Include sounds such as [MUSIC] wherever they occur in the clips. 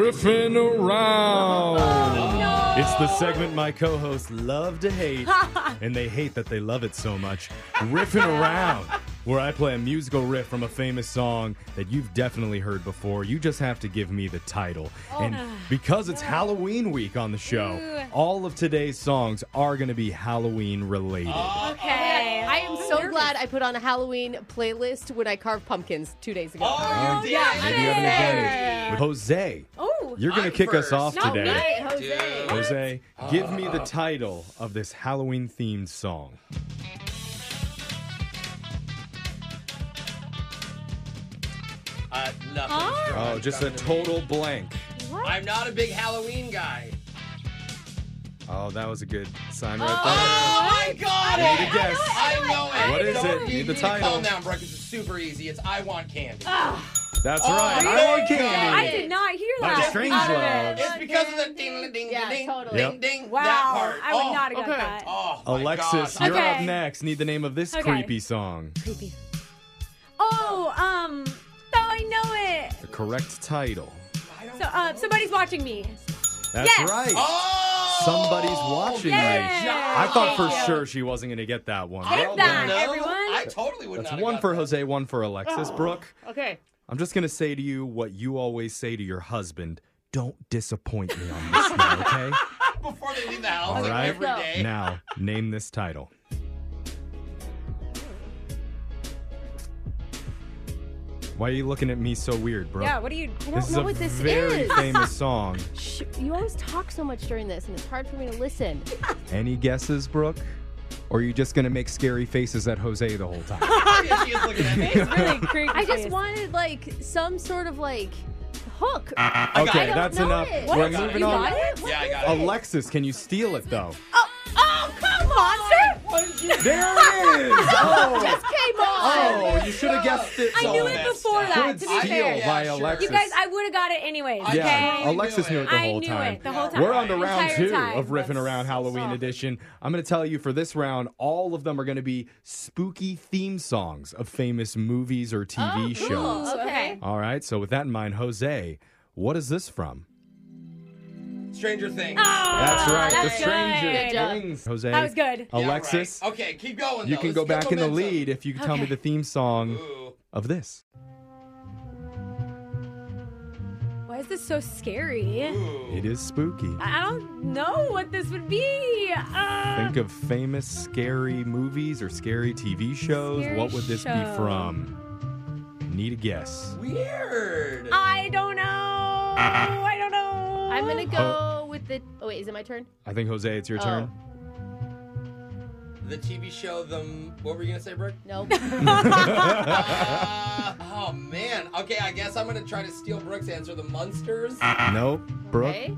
Griffin Round. It's the segment my co-hosts love to [LAUGHS] hate, and they hate that they love it so much. Riffing around, where I play a musical riff from a famous song that you've definitely heard before. You just have to give me the title. and because it's Halloween week on the show, Oh, Ooh. all of today's songs are going to be Halloween related. Oh, Okay. I am so glad I put on a Halloween playlist when I carved pumpkins two days ago. Oh, you yeah, did. Maybe you have an advantage. With Jose, Oh, you're going I'm to kick us first. off no, today. me, Oh, Jose. Dude. Jose, give me the title of this Halloween themed song. Uh, nothing. Huh? Oh, just a Nothing to me. total blank. I'm not a big Halloween guy. Oh, that was a good sign right Oh, I got there. Need it. a guess. I know it. What is Don't it? You, Need the you title. Calm down, Brooke. It's super easy. It's I want candy. That's Oh, right. really? I want I candy. did not hear By that. Strange Out of Love. it. it's because of the ding, ding, ding, Yeah, ding, totally. Yep. ding, ding. Wow. That part. I would oh, not have got okay. that. Oh, my Alexis, God. you're Okay. up next. Need the name of this Okay. creepy song. Creepy. Oh, um, oh, I know it. The correct title. So, uh, somebody's watching me. That's Yes. right. Oh, Somebody's watching Yeah. me. job. I thought for Thank you. sure she wasn't going to get that one. Take Well that, done. No, everyone. I totally would That's not. one have for got Jose, one for Alexis. Oh. Brooke, Okay. I'm just going to say to you what you always say to your husband. Don't disappoint me on this [LAUGHS] one, okay? that. Before they leave the house All like, right. every day. Now, name this title. Why are you looking at me so weird, bro? Yeah, what do you? I This don't is know a what this very is. [LAUGHS] famous song. Shh, you always talk so much during this, and it's hard for me to listen. Any guesses, Brooke? Or are you just gonna make scary faces at Jose the whole time? Yeah, [LAUGHS] she is looking at me. It's [LAUGHS] really creepy. I just face. wanted like some sort of like hook. [LAUGHS] Ah. I okay, don't that's know enough. it. We're What? moving you on. Got it? What Yeah, I is got it. Alexis, can you steal it [LAUGHS] though? Oh, oh, come on, sir. There it is! Oh, Just came on. oh you should have guessed it. I though. knew all it messed before up. that. Good To steal be fair, Yeah, by sure. Alexis. you guys, I would have got it anyways. I- Okay. Yeah, Okay. Alexis knew it the I whole knew time. it the whole time. We're on to The round entire two time. of riffing around Halloween soft. edition. I'm going to tell you for this round, all of them are going to be spooky theme songs of famous movies or Oh, TV shows. Ooh, okay. All right, so with that in mind, Jose, what is this from? Stranger Things. Oh. That's right, Ah, that's The Stranger good. Good job. Things. Jose, That was good. Yeah, Alexis, right. Okay, keep going. you though. can Let's go get back in the momentum. lead if you can tell me Okay. the theme song Ooh. of this. Why is this so scary? It is spooky. I don't know what this would be. Uh, Think of famous scary movies or scary TV shows. Scary what would this show. be from? Need a guess. Weird. Oh. I don't know. [LAUGHS] I don't know. I'm gonna go with the. Oh wait, is it my turn? I think Jose, it's your Oh. turn. The TV show, the. What were you gonna [LAUGHS] say, Brooke? No. Oh. Uh, oh man. Okay, I guess I'm gonna try to steal Brooke's answer. The Munsters. Nope. Brooke. Okay.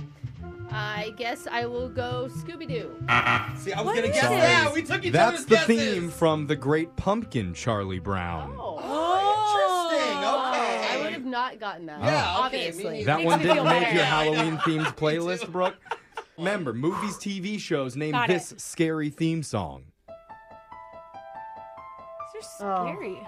I guess I will go Scooby Doo. Ah. See, I was What gonna is guess it? that. We took each That's other's the guesses. theme from The Great Pumpkin, Charlie Brown. Oh. Oh, interesting. I Okay. would have not gotten Ah. that. Yeah, okay, me obviously. neither. That Makes one me didn't feel make better. your Yeah, I know. Halloween themed Me too. playlist, Brooke. Remember, movies, TV shows name Got it. this scary theme song. These are Oh. [LAUGHS] scary.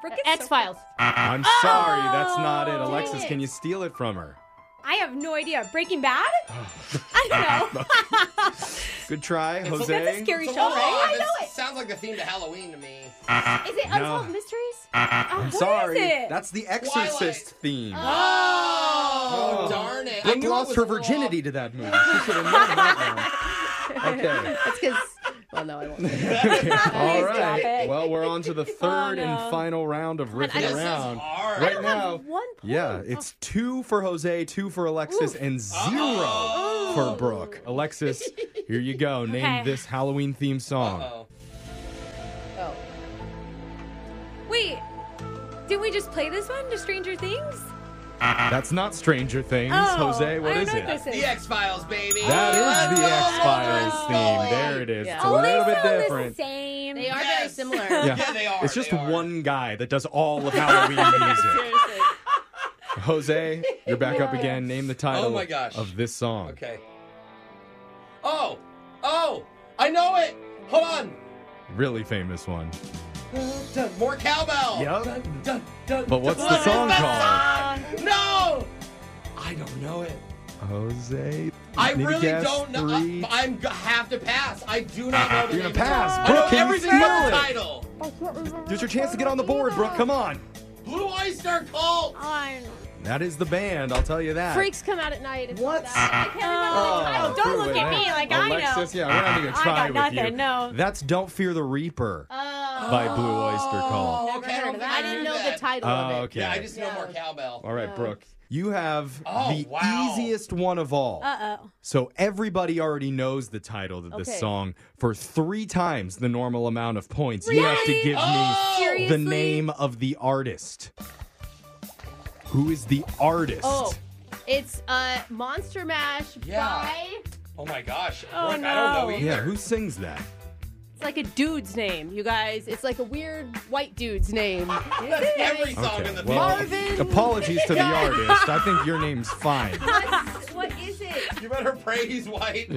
Brooke is so- X Files. I'm sorry, that's not it. Oh, Alexis, dang can it. you steal it from her? I have no idea. [LAUGHS] Breaking Bad? I don't know. [LAUGHS] Good try, a- Jose. That's a scary So show, hold on, right? this know it. Sounds like the theme to Halloween to me. Ah. Is it No. Unsolved Mysteries? [LAUGHS] I'm Uh, is sorry. it? That's the Exorcist Twilight. theme. Uh, Oh, darn it! I Brooke knew it lost was her a little virginity to that movie. She should have known that one. Okay. That's because. Well, no, I won't. [LAUGHS] All drop right. it. Oh, Well, we're on to [LAUGHS] the third no. and final round of riffing I This don't- is around. hard. Right now, One point. yeah, it's two for Jose, two for Alexis, and zero for [LAUGHS] Brooke. Alexis, here you go. Name Okay. this Halloween themed song. Uh-oh. Oh. Wait, didn't we just play this one to Stranger Things? That's not Stranger Things. Oh, Jose, I What don't is know it? what this is. The X Files, baby. That is the Let's X go, Files Brooke. theme. There it is. It's a Oh, they little bit sound different. the same. They are Yes. very similar. [LAUGHS] Yeah. Yeah, they are. It's just they are. one guy that does all of [LAUGHS] Halloween music. Seriously. Jose, you're back up again. Name the title Oh my gosh. of this song. Okay. Oh, oh, I know it. Hold on. Really famous one. Wait, Dun, dun, more cowbell. Yep. Dun, dun, dun, But what's dun. the What is song that called? song? No, I don't know it. Jose. I need to really guess don't know. three- I, I'm g- have to pass. I do not know. the You're gonna name of it. pass. I know Brooke, can you everything steal but it? the title. Here's your chance to get on the board, Brooke. Come on. Blue Oyster Cult. on. That is the band. I'll tell you that. Freaks come out at night. It's What? that. Oh, don't look at me like Alexis, I yeah, know. we're not even gonna I try got with you. nothing, no. That's "Don't Fear the Reaper" Oh. by Blue Oyster Cult. Oh, Never okay. heard I, of it. I didn't know the title. title Oh, of it. okay. Yeah, I just know Yeah. more cowbell. All right, No. Brooke, you have Oh, the wow. easiest one of all. Uh-oh. So everybody already knows the title of this Okay. song for three times the normal amount of points. You have to Really? give Oh! me Seriously? the name of the artist. Who is the artist? Oh, it's uh, Monster Mash Yeah. by. Oh my gosh. Oh, Brooke, I don't know no. either. Yeah, who sings that? It's like a dude's name, you guys. It's like a weird white dude's name. That's every song in the well, field. Marvin. apologies to the artist. I think your name's [LAUGHS] fine. Oh, What is it? You better pray he's white.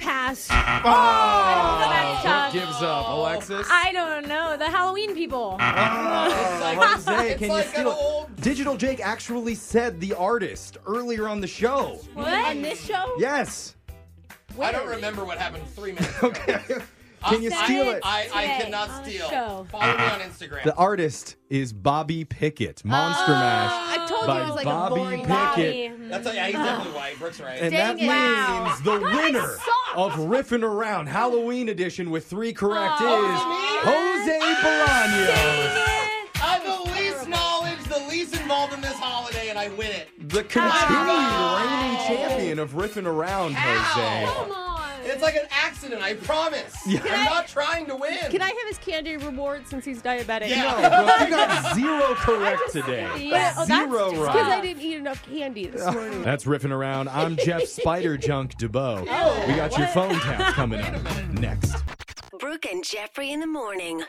Pass. Oh, That's tough. gives up, Alexis. I don't know. The Halloween people. Uh-huh. [LAUGHS] It's like, Jose, it's can like you an steal it? old. Digital Jake actually said the artist earlier on the show. what? On this show? [LAUGHS] Yes. I don't remember what happened three minutes ago. Okay. I'll Can you say steal it? I, I Today cannot on the steal. show. Follow me on Instagram. The artist is Bobby Pickett. Oh, Monster Mash. I told By you it was like Bobby a boring Pickett. name. That's yeah, he's definitely white. Brooke's right. And Dang that it. means [LAUGHS] the winner of Riffin' Around Halloween Edition with three correct is Oh, Jose Bolaño. I'm the least knowledge, the least involved in this holiday, and I win it. The continued reigning champion of Riffin' Around, Oh, Jose. Come on. It's like an accident, I promise. Can I'm not trying to win. Can I have his candy reward since he's diabetic? Yeah. No, Oh, bro, you got zero correct today. Yeah, oh, that's Zero Because right. I didn't eat enough candy this morning. That's riffing around. I'm Jeff Spider Junk [LAUGHS] Debo. Oh, We got your phone tap coming up next. Brooke and Jeffrey in the morning.